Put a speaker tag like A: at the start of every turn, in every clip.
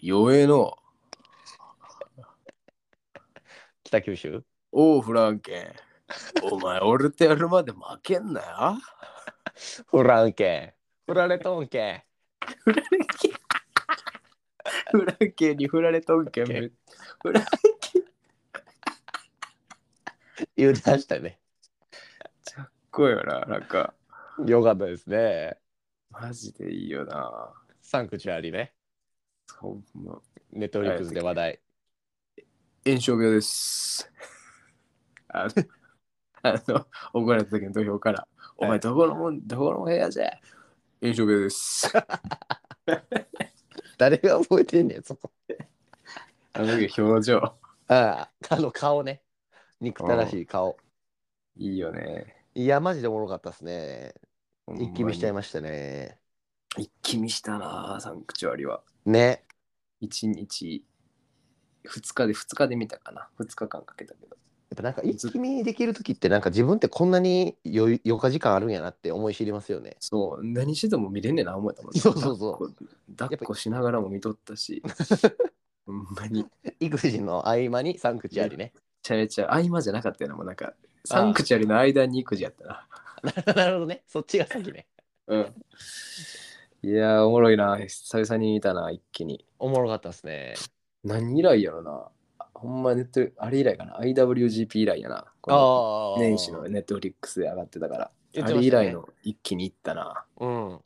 A: 弱えの。
B: 北九州
A: おう、フランケン。お前、俺とやるまで負けんなよ。
B: フランケン。フラレトンケ
A: フランケン。フランケンに振られとんけん。
B: フラン
A: フラン
B: ン。言い出したね。
A: こいよな、なんか。
B: よかったですね。
A: マジでいいよな。
B: サンクチュアリね。
A: ほんま。
B: ネットフリックスで話題。
A: 炎症病です。あの、あの怒られた時の土俵から、お
B: は
A: 前
B: い
A: どこのもん、どこの部屋じゃ炎症病です。
B: 誰が覚えてんねん、そこ。
A: あの時の表情、
B: ああ、あの顔ね。憎たらしい顔。
A: いいよね。
B: いや、マジでおもろかったですね。
A: ほんまに
B: 一気見しちゃいましたね。
A: 一気見したな、サンクチュアリは。
B: ね。
A: 1日、2日で、2日で見たかな。2日間かけたけど。
B: やっぱなんか一気見できる時ってなんか自分ってこんなに余余暇時間あるんやなって思い知りますよね。
A: そう、何してても見れんねえな、思えたもんね
B: そうそうそう
A: 抱っこ抱っこしながらも見とった し、ほんまに。
B: 育児の合間にサンクチュアリね。
A: ちゃれちゃ合間じゃなかったよな、もうなんか、サンクチュアリの間に育児やったな。
B: なるほどね。そっちが先ね。
A: うん。いやー、おもろいな。久々に見たな、一気に。
B: おもろかったですね。
A: 何以来やろな。ほんまネット、あれ以来かな。IWGP 以来やな。この
B: ああ。
A: 年始のネットフリックスで上がってたから。
B: 言っ
A: あ
B: てま
A: れ
B: し
A: 以
B: たね
A: 来の一気に行ったな。
B: うん。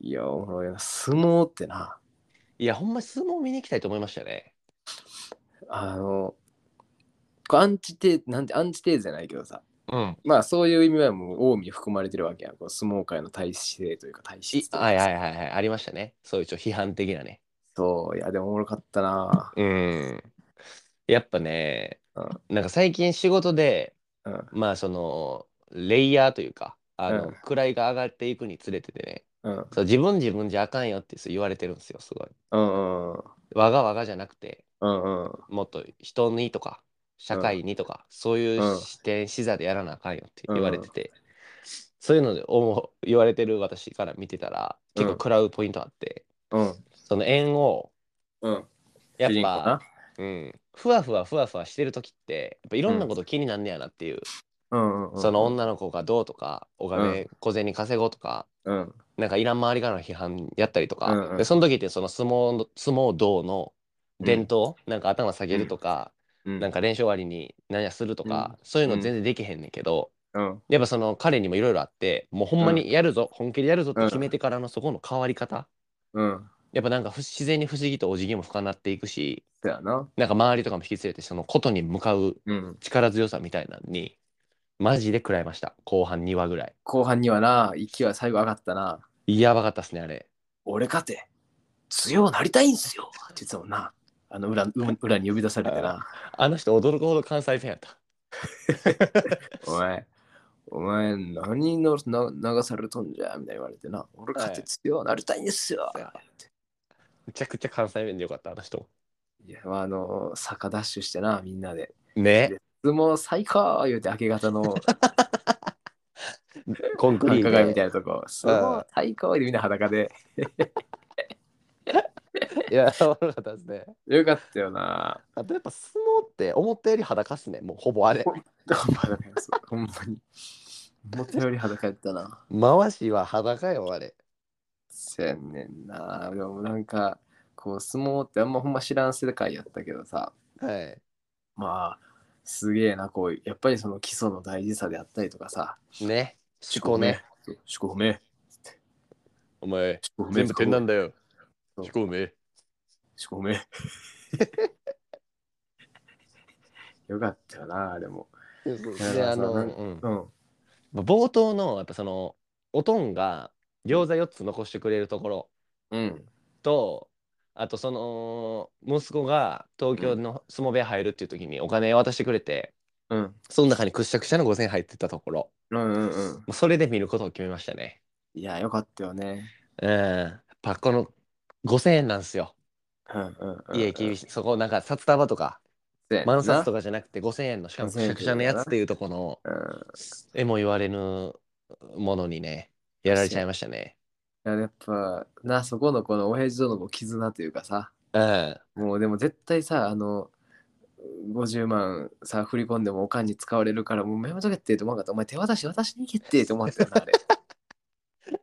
A: いやー、おもろいな。相撲ってな。
B: いや、ほんま相撲見に行きたいと思いましたね。
A: あの、これアンチテーなんてアンチテーズじゃないけどさ。
B: うん。
A: まあそういう意味はもう近江含まれてるわけやん。こう相撲界の体制というか体
B: い
A: 質というか
B: はいはいはいはい。ありましたね。そういうちょっと批判的なね。
A: そう、いやでもおもろかったな。
B: うん。やっぱね、
A: うん
B: なんか最近仕事で、
A: うん
B: まあその、レイヤーというか、あの、
A: うん
B: 位が上がっていくにつれててね、
A: うん。
B: そう自分自分じゃあかんよってそう言われてるんですよ、すごい。
A: うんうん。
B: わがわがじゃなくて、
A: うんうん。
B: もっと人にとか、社会にとか、そういう
A: うん
B: 視点、視座でやらなあかんよって言われてて、そういうので思う言われてる私から見てたら、結構
A: うん
B: 食らうポイントあって、
A: うん。
B: その縁を、
A: うん。
B: やっ
A: 主人公
B: ぱ、
A: な
B: うん、ふわふわふわふわしてる時ってやっぱいろんなこと気になんねやなっていう、
A: うんうんうん。
B: その女の子がどうとかお金、小銭稼ごうとか
A: うん。
B: なんかいらん周りからの批判やったりとか、
A: うんうん
B: でその時ってその相撲の相撲道の伝統、なんか頭下げるとか、
A: うん。
B: なんか練習終わりに何やするとか、そういうの全然できへんねんけど、
A: うん。
B: やっぱその彼にもいろいろあってもうほんまにやるぞ、本気でやるぞって決めてからのそこの変わり方、
A: うん。
B: やっぱなんか不自然に不思議とお辞儀も深なっていくし
A: だよな。
B: なんか周りとかも引き連れてそのことに向かう
A: うん。
B: 力強さみたいなのにマジで食らいました後半2話ぐらい
A: 後半にはな、息は最後上がったな。
B: やばかったっすねあれ
A: 俺かて、強うなりたいんすよ。実はな。あの裏裏に呼び出されてな。
B: あの人驚くほど関西弁やった
A: お前、お前何のな流されとんじゃみたいに言われてな。俺かて強うなりたいんですよ。
B: はいめちゃくちゃ関西弁でよかったあの人
A: いや、まあ、あの、坂ダッシュしてな、みんなで。
B: ね
A: 相撲最高言うて明け 方の
B: コンクリ
A: 繁華街
B: ー
A: み
B: ト
A: た
B: で
A: いなとこ。相撲最高でみんな裸で。
B: いやおもろかったですね
A: よかったよな。
B: あとやっぱ相撲って思ったより裸っすねもうほぼあれ
A: ほんまだねそうほんまに。思ったより裸やったな。
B: 回しは裸よあれ
A: せやねんな。でもなんか、こう、相撲ってあんまほんま知らん世界やったけどさ、
B: はい
A: まあ、すげえな、こう、やっぱりその基礎の大事さであったりとかさ、
B: ね趣向ね。
A: 主語め。
B: お前
A: 主語め。
B: 全部点なんだよ
A: そう
B: 思考め
A: 主語め。 よかったよな、あれも。
B: であの、うん
A: うん。
B: まあ冒頭のやっぱそのおとんが餃子4つ残してくれるところ
A: うん。
B: とあとその息子が東京の相撲部屋入るっていう時にお金渡してくれて、
A: うん。
B: その中にくしゃくしゃの5,000入ってたところ
A: うんうんうん。
B: もうそれで見ることを決めましたね
A: いや、よかったよね。
B: うんやっぱこの5,000円なんですよ
A: うんうんうん。
B: 家厳しいそこなんか札束とか万札と
A: か。
B: かじゃなくて5,000円のしかも
A: 5,000
B: くしゃくしゃのやつっていうとこの
A: うん。
B: えも言われぬものにねやられちゃいましたね
A: いややっぱなそこのこの親父とのこう絆というかさ
B: うん。
A: もうでも絶対さ、あの、50万さ、振り込んでもおかんに使われるから、もうメモとけってって思わなかった。お前手渡し渡しに行けってって思ったよな、あれ。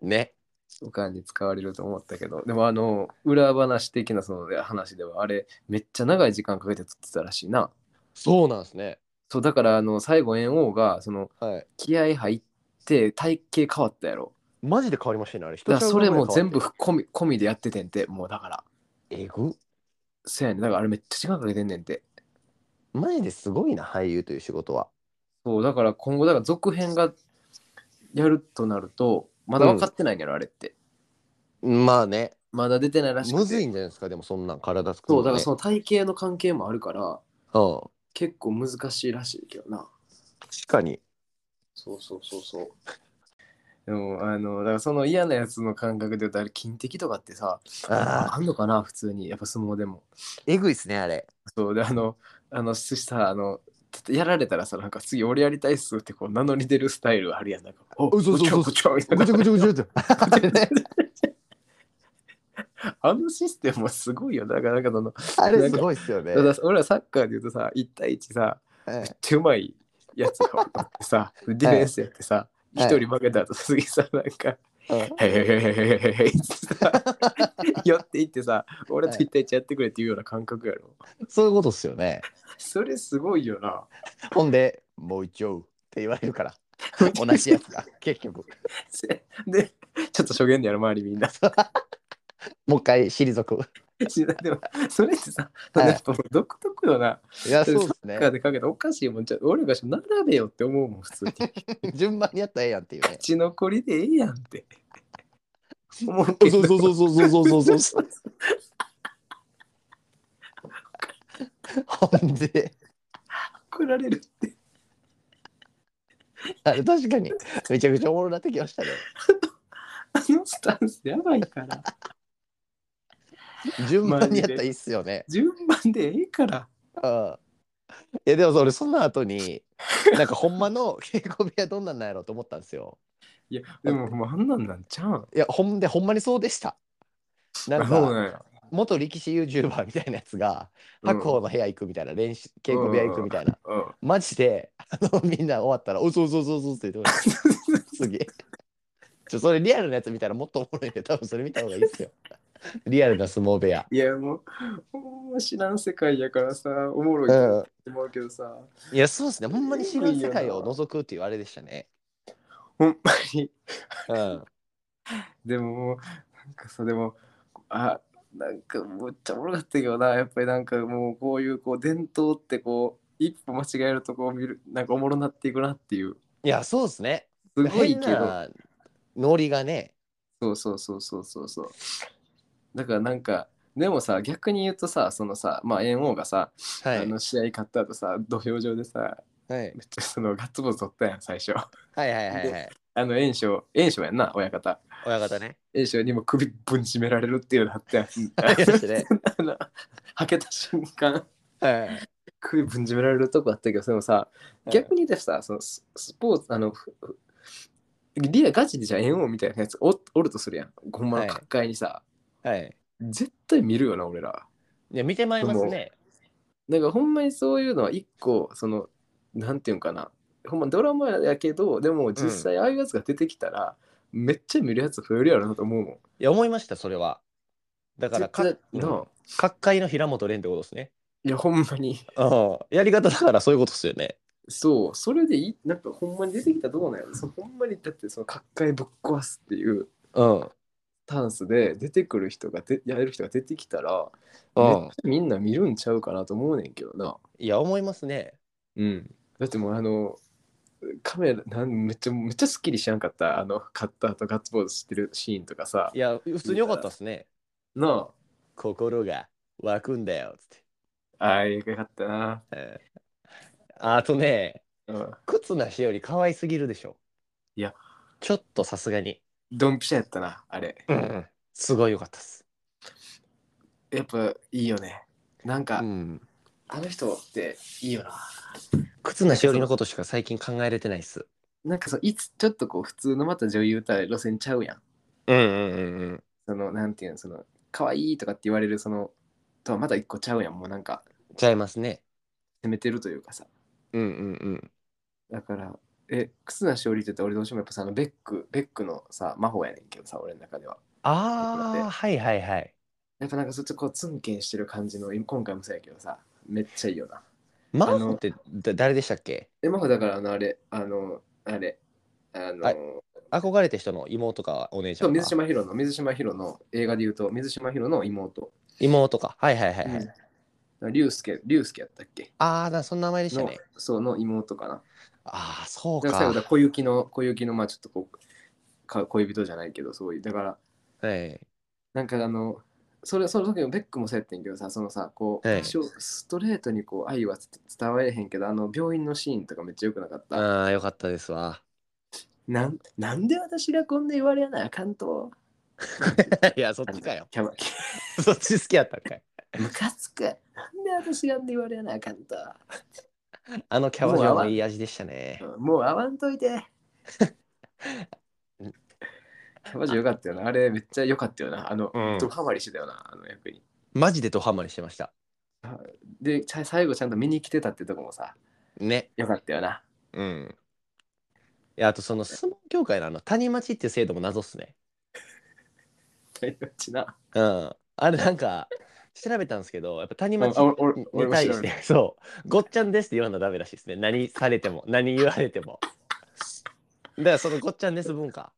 B: ね。
A: おかんに使われると思ったけど、でもあの、裏話的なその話では、あれ、めっちゃ長い時間かけて撮ってたらしいな。
B: そうなんですね。
A: そう、だからあの、最後、猿王が、その、
B: はい。
A: 気合入って、体型変わったやろ。
B: マジで変わりましたよね、あれ。
A: だからそれも全部
B: 人と
A: 込み込みでやっててんて、もうだから。
B: 違うぐらい変わってる。
A: そうやねんだからあれめっちゃ時間かけてんねんて。
B: えぐ。マジですごいな、俳優という仕事は。
A: そう、だから今後、だから続編がやるとなると、まだ分かってないんやろ、あれって。
B: まあね。
A: まだ出てないらしくて。
B: むずいんじゃないですか、でもそんなん体作
A: そう、
B: の
A: だからそ
B: ね
A: の体型の関係もあるから、
B: うん。
A: 結構難しいらしいけどな。
B: 確かに。
A: そうそうそうそう。でも、あの、だからその嫌なやつの感覚で言うと、あれ、筋的とかってさ、
B: ああ、
A: あんのかな、普通に。やっぱ相撲でも。
B: えぐいっすね、あれ。
A: そうであのあのすさあのちょっとやられたらさなんか次俺やりたいっすってこう名乗り出るスタイルあるやんなんかお
B: うそうそうそう
A: こちょこちょみた
B: ぐ
A: い
B: ちょぐちょぐちょぐちょ。
A: なあのシステムはすごいよだからなんかその
B: あれすごいっすよね。
A: だから俺らサッカーで言うとさ1対1さ
B: え
A: めっちゃうまいやつがおってさディフェンスやってさ一、
B: はい
A: 人負けた後次さなんか「
B: え
A: へへへへへへへへ」ってさ寄っていってさ俺と一対一やってくれっていうような感覚やろ
B: そういうことっすよね。
A: それすごいよな
B: ほんで、もう一丁って言われ るから。同じやつが、結局。
A: で、ちょっと初言でやろ、周りみんな。
B: もう一回退く。
A: でも、それってさ、
B: はい
A: なんかもう独特のな、
B: いや、
A: そ
B: そうう
A: っ
B: っ
A: す
B: す
A: 中
B: ね。
A: でかけたらおかしいもんちゃう。俺がし並べよって思うもん、普通に。
B: 順番にやったらええやんっていうね。
A: 血残りでええやんって。思う
B: そ
A: け
B: う
A: ど
B: そうそうそうそうそうそうそう。 ほんで、
A: 怒られるって。
B: あれ確かにめちゃくちゃおもろなってきましたね。
A: あのスタンスやばいから。
B: 順番にやったらいいっすよね。
A: 順番でええから。
B: うんいやでもそれその後になんかほんまの稽古部屋どんなんなんやろうと思ったんですよ。
A: いや、でも、もうあんなんなんちゃうん。
B: いやほんでほんまにそうでした。なん
A: そうなん
B: か
A: や
B: 元力士 YouTuber みたいなやつが白鵬の部屋行くみたいな練習稽古部屋行くみたいな
A: うん。
B: マジであの みんな終わったら「おそうそうそうそう」って言ってました 次ちょそれリアルなやつ見たらもっとおもろいんで多分それ見た方がいいですよリアルな相撲部屋
A: いや、もう、ほんま知らん世界やからさ、おもろいと
B: う
A: 思うけどさ、
B: んいやそうですねほんまに知らん世界を覗くっていうあれでしたね
A: ほんまに。
B: うん
A: でももうなんかさでもあなんかもうめっちゃおもろかったけどなやっぱりなんかもうこういうこう伝統ってこう一歩間違えるとこう見るなんかおもろなっていくなっていう
B: いやそうですね
A: すごいけ
B: 変
A: ど
B: なノリがね
A: そうそうそうそうそうそうだからなんかでもさ逆に言うとさそのさまあ猿王がさ、
B: は
A: あ
B: い、
A: の試合勝った後さ土俵上でさ
B: はい、
A: めっちゃそのガッツポーズ取ったやん最初あ
B: はいはいはいはい
A: の炎症炎症やんな親方
B: 親 方ね
A: 炎症にも首ぶん締められるっていうのあったやん
B: ありましたね
A: あのはけた瞬間
B: はい
A: 首ぶんじめられるとこあったけどそのさ逆にでさそのススポーツあのふふリアガチでじゃあ猿王みたいなやつおおるとするやんほんまの
B: はい
A: 各界にさ、
B: はい
A: 絶対見るよな俺ら
B: いや見てまいりますね
A: なんかほんまにそういうのは一個そのなんていうんかなほんまドラマやけどでも実際ああいうやつが出てきたら、めっちゃ見るやつ増えるやろなと思うもん
B: いや思いましたそれはだからか
A: 絶対
B: うん
A: なあ
B: 各界の平本蓮ってことですね
A: いやほんまに
B: うんやり方だからそういうことですよね
A: そうそれでいいなんかほんまに出てきたらどうなんやろそのほんまにだってその各界ぶっ壊すっていう
B: うん
A: スタンスで出てくる人がでやれる人が出てきたら、
B: う
A: めっ
B: ん
A: ちゃみんな見るんちゃうかなと思うねんけどな。
B: いや思いますね
A: うん、だってもうあのカメラなんめっちゃめっちゃスッキリしやんかったあのカッターとガッツポーズしてるシーンとかさ
B: いや普通に良かったですね
A: な
B: 心が湧くんだよつって
A: あああよかったな、
B: えーあとね
A: うん、
B: 忽那しおり可愛すぎるでしょ
A: いや
B: ちょっとさすがに
A: ドンピシャやったなあれ
B: うんすごい良かったっす
A: やっぱいいよねなんか、
B: うん
A: あの人っていいよな
B: 忽那しおりのことしか最近考えれてないっす
A: なんかそういつちょっとこう普通のまた女優た路線ちゃうやん
B: うんうんうんうん
A: そのなんていうのその可愛いとかって言われるそのとはまた一個ちゃうやんもうなんか
B: ちゃいますね。
A: 攻めてるというかさ
B: うんうんうん。
A: だからえ忽那しおりって言ったら俺どうしてもやっぱさあのベックベックのさ魔法やねんけどさ俺の中では
B: ああ、はいはいはい。
A: やっぱなんかそっちこうツンケンしてる感じの今今回もそうやけどさめっちゃいいよな
B: マホってだ誰でしたっけ
A: え魔法だからあのあれあのあれあの、
B: あ憧れて人の妹かお姉ち
A: そ
B: ゃ
A: うん水
B: か
A: 島ヒロの水島ヒロの映画で言うと水島ヒロの妹
B: 妹か。はいはいはいはい。
A: うん龍介龍介やったっけ
B: ああ、なそんな名前でした
A: の
B: ね。
A: そうの妹かな
B: ああ、そう
A: だから最後だ
B: か。
A: 小雪の小雪のまあちょっとこうか恋人じゃないけどそういうだから
B: はい。
A: なんかあのそれその時のベックもそうやってんけどさそのさこう、
B: ええ
A: 多少ストレートにこう愛は伝われへんけどあの病院のシーンとかめっちゃよくなかった、
B: ああ、よかったですわ。
A: なんなんで私がこんな言われやなあかんと
B: いや、そっちかよ。
A: キャバ
B: そっち好きやったんかい。
A: ムカつくなんで私があんで言われやなあかんと
B: あのキャバ嬢もいい味でしたね。
A: もう会わんといてマジよかったよなあれめっちゃよかったよなあの、
B: うん
A: ドハマりしてたよなあの役に
B: マジでドハマりしてました。
A: でちゃ最後ちゃんと見に来てたってとこもさ
B: ね。
A: よかったよな
B: うん。いや、あとその相撲協会のあの谷町っていう制度も謎っすね。
A: 大丈夫な
B: うん。あれなんか調べたんですけど、やっぱ谷町
A: あ俺俺俺
B: に
A: も
B: 対
A: 調
B: し
A: べ
B: て、そう、ごっちゃんですって言わなダメらしいですね。何されても、何言われても。だからそのごっちゃんです文化。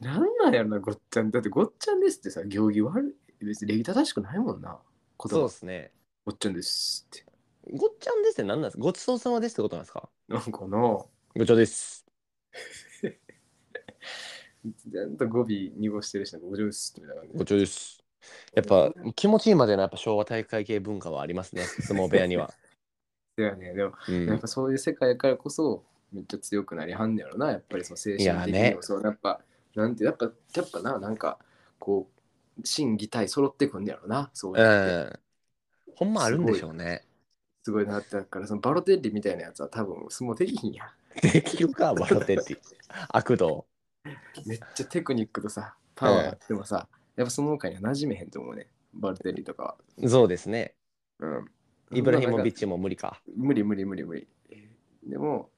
A: なんなんやろなごっちゃんだってごっちゃんですってさ行儀悪い別に礼儀正しくないもんな言
B: そう
A: 葉
B: っすね。
A: ごっちゃんですって
B: ごっちゃんですって何なんですかごちそうさまですってことなんですか
A: なんかの
B: ごちそうです。
A: ちゃんと語尾濁してるしなんかご上手ですみたいな感じ
B: ごちそうです。やっぱ気持ちいいまでのやっぱ昭和体育会系文化はありますね、相撲部屋には。
A: だよねでも、
B: う
A: やっ
B: ん
A: ぱ、そういう世界やからこそめっちゃ強くなりはんねやろなやっぱりその精神的
B: いや
A: に
B: ね
A: もそうや,、っぱなんてやっぱやっぱななんかこう心技体揃ってくんねやろなそう
B: う
A: やって、
B: ん。ほんまあるんでしょうね。
A: すごいなってだからそのバロテッリみたいなやつは多分相撲できひんや
B: できるか、バロテッティ。悪道。
A: めっちゃテクニックとさパワーあってもさ、やっぱその他には馴染めへんと思うねバルテリとかは
B: そうですね。
A: うん
B: イブラヒモビッ
A: チ
B: チも無理か。
A: 無理無理無理無理でも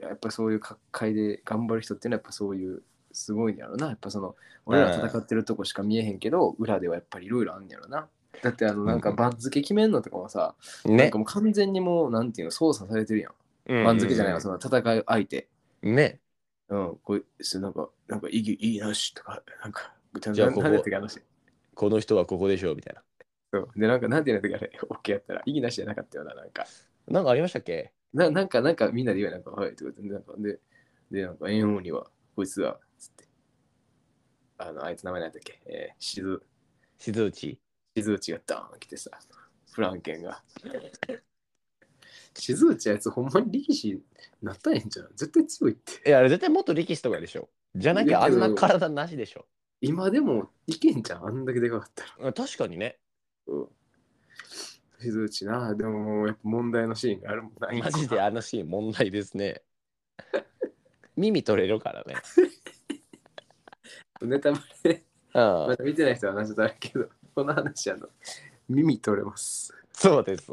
A: やっぱそういう各界で頑張る人っていうのはやっぱそういうすごいんやろなやっぱその俺ら戦ってるとこしか見えへんけど、裏ではやっぱりいろいろあんねやろなだってあのなんか番付決めんのとかもさ、なん
B: ね
A: か。もう完全にもうなんていうの操作されてるやん番
B: 番
A: 付じゃないわその戦い相手
B: ね。
A: うん、こうそうなんか、なんか、いい、いいなしとか、なんか、
B: じゃあここ
A: なんなんていうのあの
B: この人はここでしょうみたいな。
A: そうで、なんか、なんていうのあれ、OK やったら、いいなしじゃなかったよな、なんか。
B: なんかありましたっけ
A: ななんか、なんか、みんなで言うやんなんか、はい、とか言って、なんか、で、で、なんか、縁王には、こいつは、つって、あの、あいつ名前なんだっけ、えー、しず、
B: 静内。
A: しずうちがダーン来てさ、フランケン が。しずうちあいつ、ほんまに力士なったらええんじゃん。絶対強いって。
B: いや、あれ絶対もっと力士とかでしょ。じゃなきゃあんな体なしでしょ。
A: 今でも、いけんじゃん、あんだけでかかったら。
B: うん確かにね。
A: うん水内なでももうやっぱ問題のシーンがあるもんな
B: マジであのシーン問題です ね。耳取れるから ね。
A: ネタバレ
B: う
A: まだ
B: ん。
A: 見てない人は話だけど この話あの耳取れます
B: そうです。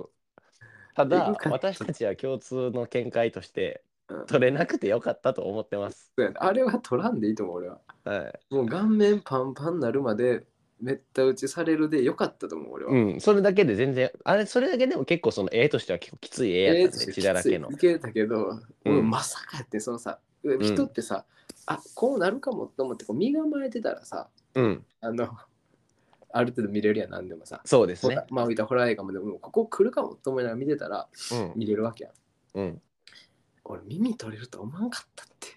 B: た
A: え
B: だ
A: よか、った
B: 私たちは共通の見解として
A: うん、
B: 取れなくてよかったと思ってます。
A: そうやなあれは取らんでいいと思う俺は
B: はい。
A: もう顔面パンパンなるまでめった打ちされるでよかったと思う俺は、
B: うん、それだけで全然、あれ、それだけでも結構その絵としては結構きつい絵やったね、
A: えー
B: 血だらけの
A: きつ。いいけたけど、
B: うん
A: もうまさかやってそのさ人ってさ、あこうなるかもと思ってこう身構えてたらさ
B: うん、
A: あのある程度見れるやん何でもさ
B: そうです
A: ほ
B: ね
A: ら。まあ、見たホラー映画もでも、ここ来るかもと思いながら見てたら、
B: うん、
A: 見れるわけやん。
B: うん。
A: 俺、耳取れると思わんかったって。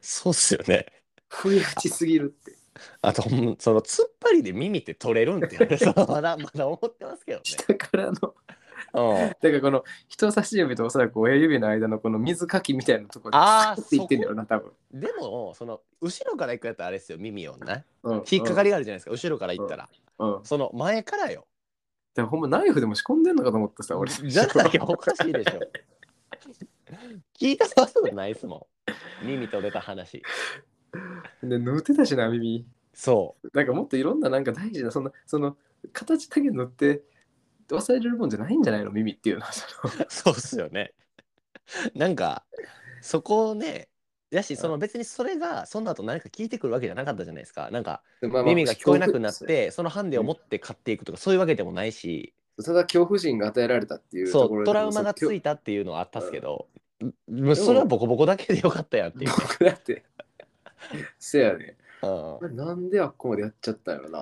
B: そうっすよね。
A: 不意打ちすぎるって。
B: あと、ほんその突っ張りで耳って取れるんって、 そのまだまだ思ってますけ どね。
A: 下からの。だか
B: うん、
A: らこの人差し指とおそらく親指の間のこの水かきみたいなところ
B: あー
A: って言ってんだよな、多分。
B: でも、その後ろから行くやったらあれですよ、耳をね。
A: うん
B: 引っかかりがあるじゃないですか、後ろから行ったら。
A: うん。うん。
B: その前からよ。
A: でもほんまナイフでも仕込んでんのかと思ってさ、俺。
B: じゃなきゃおかしいでしょ。聞いたことないっすもん。耳取れた話。
A: で、塗ってたしな、耳。
B: そ
A: なんかもっといろんななんか大事な、そんな、その、形だけ塗って、忘れるもんじゃないんじゃないの耳って いうのはその
B: そうっすよね。なんかそこをねだしその別にそれがその後何か聞いてくるわけじゃなかったじゃないですかなんか
A: まあまあ
B: 耳が聞こえなくなってそのハンデを持って買っていくとかそういうわけでもないし、
A: ただ恐怖心が与えられたっていうとこ
B: そう
A: ろ
B: トラウマがつい
A: て
B: たっていうのはあったっすけど、うんそれはボコボコだけでよかったやんっていう、
A: 僕だってせやね
B: う、
A: なんであっこまでやっちゃったんやろな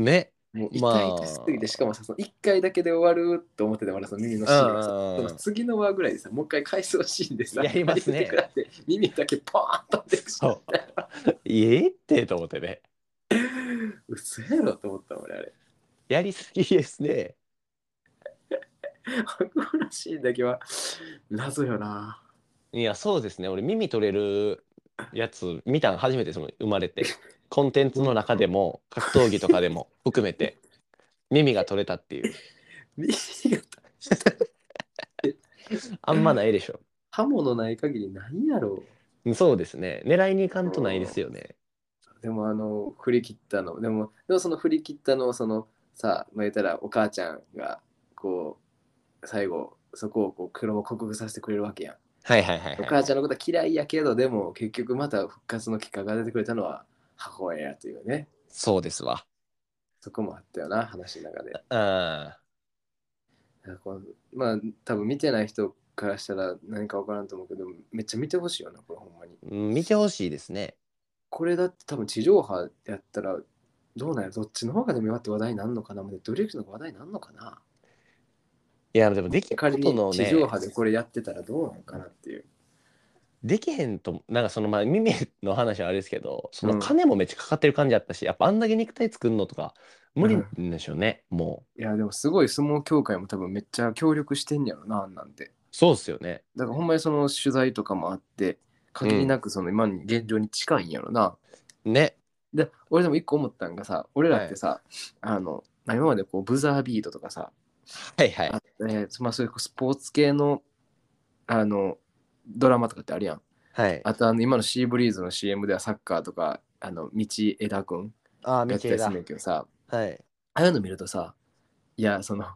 A: ん
B: ね
A: もう
B: まあ
A: 痛いすぎてしかもさその1回だけで終わると思ってたからその耳のシーンがさ
B: うんうんうん
A: その次の輪ぐらいでさもう一回回想シーンでさ
B: やります
A: やっ
B: ね
A: てくらって耳だけポーンと出てくし
B: そうええってと思ってね
A: 嘘やろと思った俺あれ
B: やりすぎですね
A: このシーンだけは謎よない
B: やそうですね俺耳取れるやつ見たん初めてその生まれ てコンテンツの中でも格闘技とかでも含めて耳が取れたっていう
A: 耳が
B: あんまないでしょ
A: 刃物ない限りないやろ
B: そうですね狙いに行かんとないですよね
A: でもあの振り切ったのでもでもその振り切ったのをそのさまあ言ったらお母ちゃんがこう最後そこをこう黒を克服させてくれるわけやん
B: はいはいはい
A: お
B: は
A: 母
B: い
A: ちゃんのことは嫌いやけどでも結局また復活のきっかけが出てくれたのは母親やというね
B: そうですわ
A: そこもあったよな話の中で
B: うん
A: なんかこうまあ多分見てない人からしたら何か分からんと思うけどめっちゃ見てほしいよなこれほんまに
B: うん見てほしいですね
A: これだって多分地上波やったらどうなんやどっちの方がでもよって話題になるのかなまでどれの方が話題になるのかない
B: やでもできるこ
A: 仮
B: との
A: に
B: ね
A: 地上波でこれやってたらどうなんかなっていう
B: できへんとなんかそのまあ耳の話はあれですけどその
A: うん
B: 金もめっちゃかかってる感じだったし、やっぱあんだけ肉体作るのとか無理なんでしょうね、もう
A: いやでもすごい相撲協会も多分めっちゃ協力してんやろなあんなんて
B: そうっすよね
A: だからほんまにその取材とかもあって限りなくその今に現状に近いんやろな、
B: ね
A: で俺でも一個思ったんがさ俺らってさ、あのまあ今までこうブザービートとかさ、
B: はいはい
A: あえーまあ、そういうスポーツ系のあのドラマとかってあるやん
B: はい
A: あとあの今のシーブリーズの CM ではサッカーとかあの道枝くん
B: ああ
A: やってたりするんやけどさ
B: はい
A: ああいうの見るとさいやその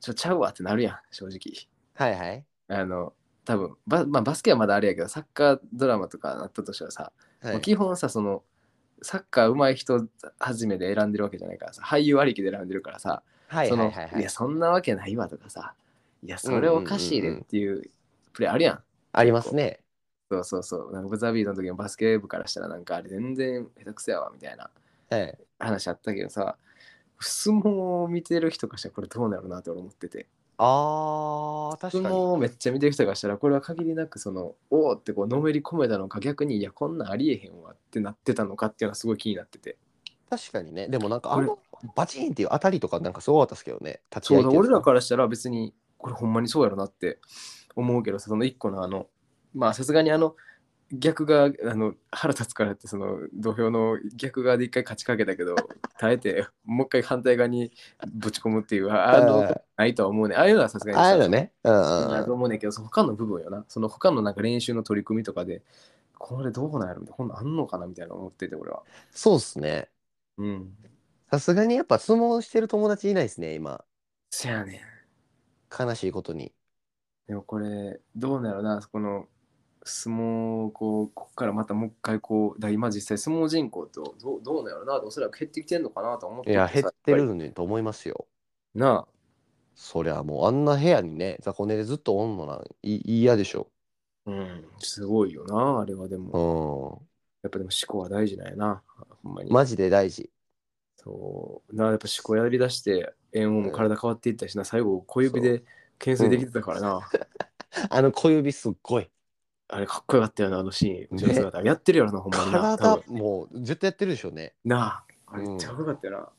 A: ちょちゃうわってなるやん正直。
B: はいはい
A: あの多分バ,、まあ、バスケはまだあれやけどサッカードラマとかなったとしたらさ、
B: は
A: も
B: いう
A: 基本さそのサッカー上手い人初めで選んでるわけじゃないからさ俳優ありきで選んでるからさ「
B: はい
A: そ
B: はい
A: の
B: はいはい
A: やそんなわけないわ」とかさ「いやそれおかしいで」っていうプレーあるやん。
B: ありますね
A: そうそうそうなんかブザービートの時のバスケ部からしたらなんかあれ全然下手くそやわみたいな
B: はい
A: 話あったけどさ相撲を見てる人からしたらこれどうなるなって俺思ってて
B: あー確
A: 相
B: かに
A: 撲をめっちゃ見てる人がしたらこれは限りなくそのおおってこうのめり込めたのか逆にいやこんなんありえへんわってなってたのかっていうのはすごい気になってて
B: 確かにねでもなんかあ
A: これ
B: のバチンっていう当たりとかなんかすごかったですけどね立ち
A: そ
B: 合いうって
A: だ
B: いで
A: 俺
B: す
A: らからしたら別にこれほんまにそうやろなって思うけどさその一個のあのまあさすがにあの逆があの腹立つからってその土俵の逆側で一回勝ちかけたけ ど耐えてもう一回反対側にぶち込むっていうあ
B: うん
A: のないとは思うねああいうのはさすがに
B: ああいう
A: さ
B: のねうんう
A: だと
B: ん
A: 思うねんけど、その他の部分よな。その他のなんか練習の取り組みとかで、これどうなんやろみたいな、こんなんあんのかなみたいな思ってて、俺は。
B: そうっすね
A: うん。
B: さすがにやっぱ相撲してる友達いないですね今
A: せやねん。
B: 悲しいことに
A: でもこれ、どうなんやろな、この相撲をこう、ここからまたもう一回こう、だから今実際相撲人口とどうどうなんやろな、おそらく減ってきてんのかなと思って
B: い
A: てさ
B: や減って。
A: やぱ
B: るねと思いますよ
A: りなあ。
B: そりゃもうあんな部屋にね雑魚寝でずっとおんのない嫌でしょ
A: うん、すごいよな、あれはでも。
B: う
A: やっぱでも思考は大事なんやな、ほんまに
B: ん。マジで大事
A: そうなやっぱ思考やりだして円をも体変わっていったしな、最後小指で懸垂できてたからな、
B: あの小指すっごい
A: あれかっこよかったよなあのシーン
B: ね
A: 後ろ姿、やってるよなほんまにな多
B: 体
A: 分
B: もう絶対やってるでしょうね
A: なああれめっちゃかっこよかったよな、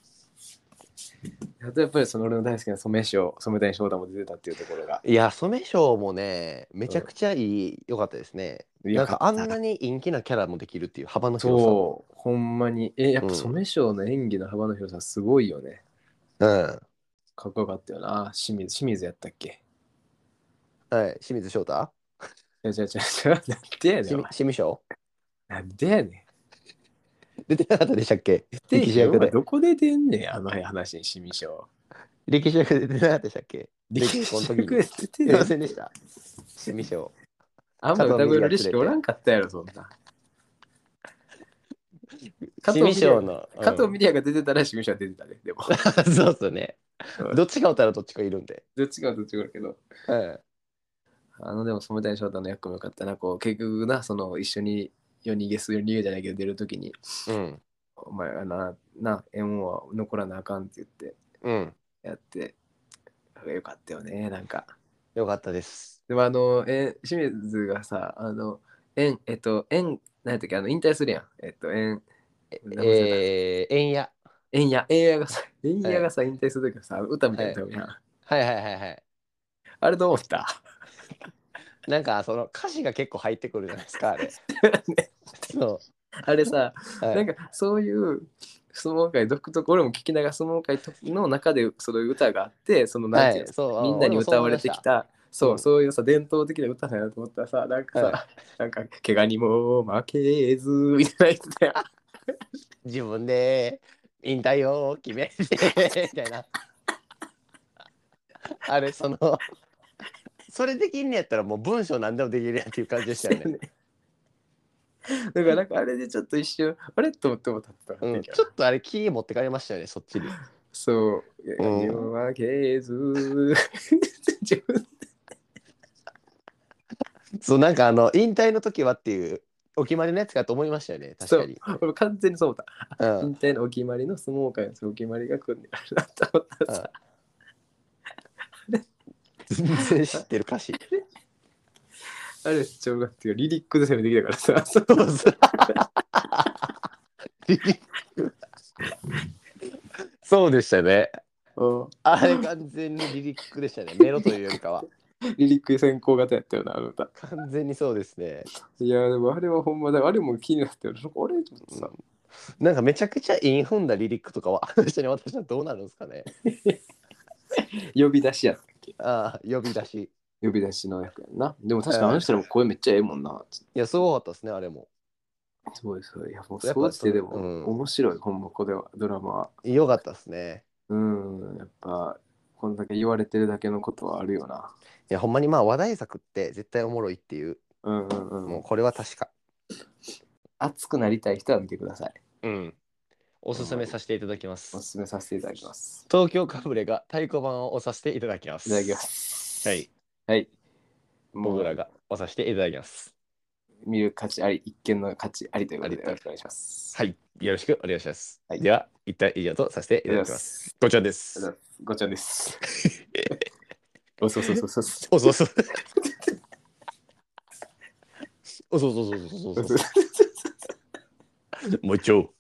A: あとやっぱりその俺の大好きな染師匠染谷翔太も出てたっていうところが
B: いや染賞もねめちゃくちゃいい良かったですねなんかあんなに陰気なキャラもできるっていう幅の広さ
A: そうほんまにえやっぱ
B: うん
A: 染師匠の演技の幅の広さすごいよね
B: うん
A: かっこよかったよな清水清水やったっけ
B: はい清水翔太
A: いや違う違う違うなんでやねんお前
B: 清水翔
A: なんでやねん
B: 出てなかったでしたっけ
A: 出てへん
B: 力士役で
A: お前どこで出んねん、あの話に、シミショ
B: 歴史役出てなかったでしたっけ
A: 歴史役で出て
B: すい
A: る
B: ませんでした。趣味賞。
A: あんま歌声のレシピおらんかったやろ、そんな。加藤
B: 趣
A: ミ
B: 味
A: リア
B: 賞の。うん
A: 加藤ミリアが出てたら、シミシャ出てたね。でも、
B: そうっすね
A: う。ん
B: どっちがおったらどっちかいるんで。
A: どっちかはどっちかだけど。
B: うん
A: あのでも染谷翔太の役もよかったなこう結局なその一緒に夜逃げする逃げじゃないけど出るときに
B: うん。
A: 「お前はなな M は残らなあかん」って言って
B: うん。
A: やってよかったよねなんか
B: よかったです。
A: でもあのえ清水がさあのえんえっとえん何やったっけあの引退するやんえっとえんえ
B: えー、円や。
A: えんやえんやがさえんやがさ引退するときさ歌みたいな歌うやん、
B: はいはいはいはい。
A: あれどう思った
B: なんかその歌詞が結構入ってくるじゃないですか、あれ。そ
A: あれさ
B: う。は
A: ないんかそういう相撲界独特俺も聞きながら相撲界の中でその歌があってそのなんていうの、
B: そう
A: みんなに歌われてき。たそう,、
B: うん
A: そういうさ伝統的な歌だなと思ったらさなんかさ、
B: は
A: なんか「怪我にも負けず」みたいなやつだよ
B: 自分で引退を決めてみたいな。 あれそのそれできんねやったらもう文章何でもできるやんっていう感じでしたよね。
A: だからなんかあれでちょっと一瞬あれと思っても立ってた
B: うん、ちょっとあれキー持ってかれましたよねそっちに。
A: そう「怪我にも負けず」自分
B: そうなんかあの引退の時はっていうお決まりのやつかと思いましたよね確かに。
A: 俺完全にそう思った
B: うん
A: 引退のお決まりの相撲界のそのお決まりが組んであるなと思ったらさ
B: 全然知ってる歌詞。
A: あれ、ちょ、っていうかリリックで攻めてきたからさ、 そう
B: そうそうそうでしたね。あれ完全にリリックでしたね。メロというよりかは。
A: リリック先行型やったよな、あの歌。
B: 完全にそうですね。
A: いや、でもあれはほんまだ、あれも気になってる。あれと思ってさ、
B: なんかめちゃくちゃインフンだリリックとかは、あの人に私はどうなるんですかね。
A: 呼び出しやったっけ
B: ああ、呼び出し。
A: 呼び出しの役やんな。でも確かにあの人らも声めっちゃええもんな。
B: いや、すごかったですね、あれも。
A: すごい、すごい。いや、もう
B: やっぱ
A: そうしてでも、
B: うん
A: 面白い、ほんま、これは、ドラマは。
B: よかったですね。
A: うん、やっぱ、こんだけ言われてるだけのことはあるよな。
B: いや、ほんまにまあ話題作って絶対おもろいっていう、
A: うんうんう。
B: もうんこれは確か。
A: 熱くなりたい人は見てください。
B: うん。おすすめさせていただきま
A: お
B: す。
A: すすめさせていただきます。
B: 東京かぶれが太鼓判を押させていただきます。
A: いただきま。す。
B: はい。。
A: はい。
B: 僕らが押させていただきます。
A: 見る価値あり、一見の価値ありということで
B: あり
A: よろしくお願いします。
B: はい。よろしくお願いします。
A: はい
B: では、一旦以上とさせてい
A: ありが
B: ただき
A: とうございま
B: ます。
A: す。
B: ごちそうで
A: ありが
B: す。
A: とうございますごちゃです。おそうそうそうそうそう。
B: おそうそう。おそうそうそうそうそうそう。もう一丁。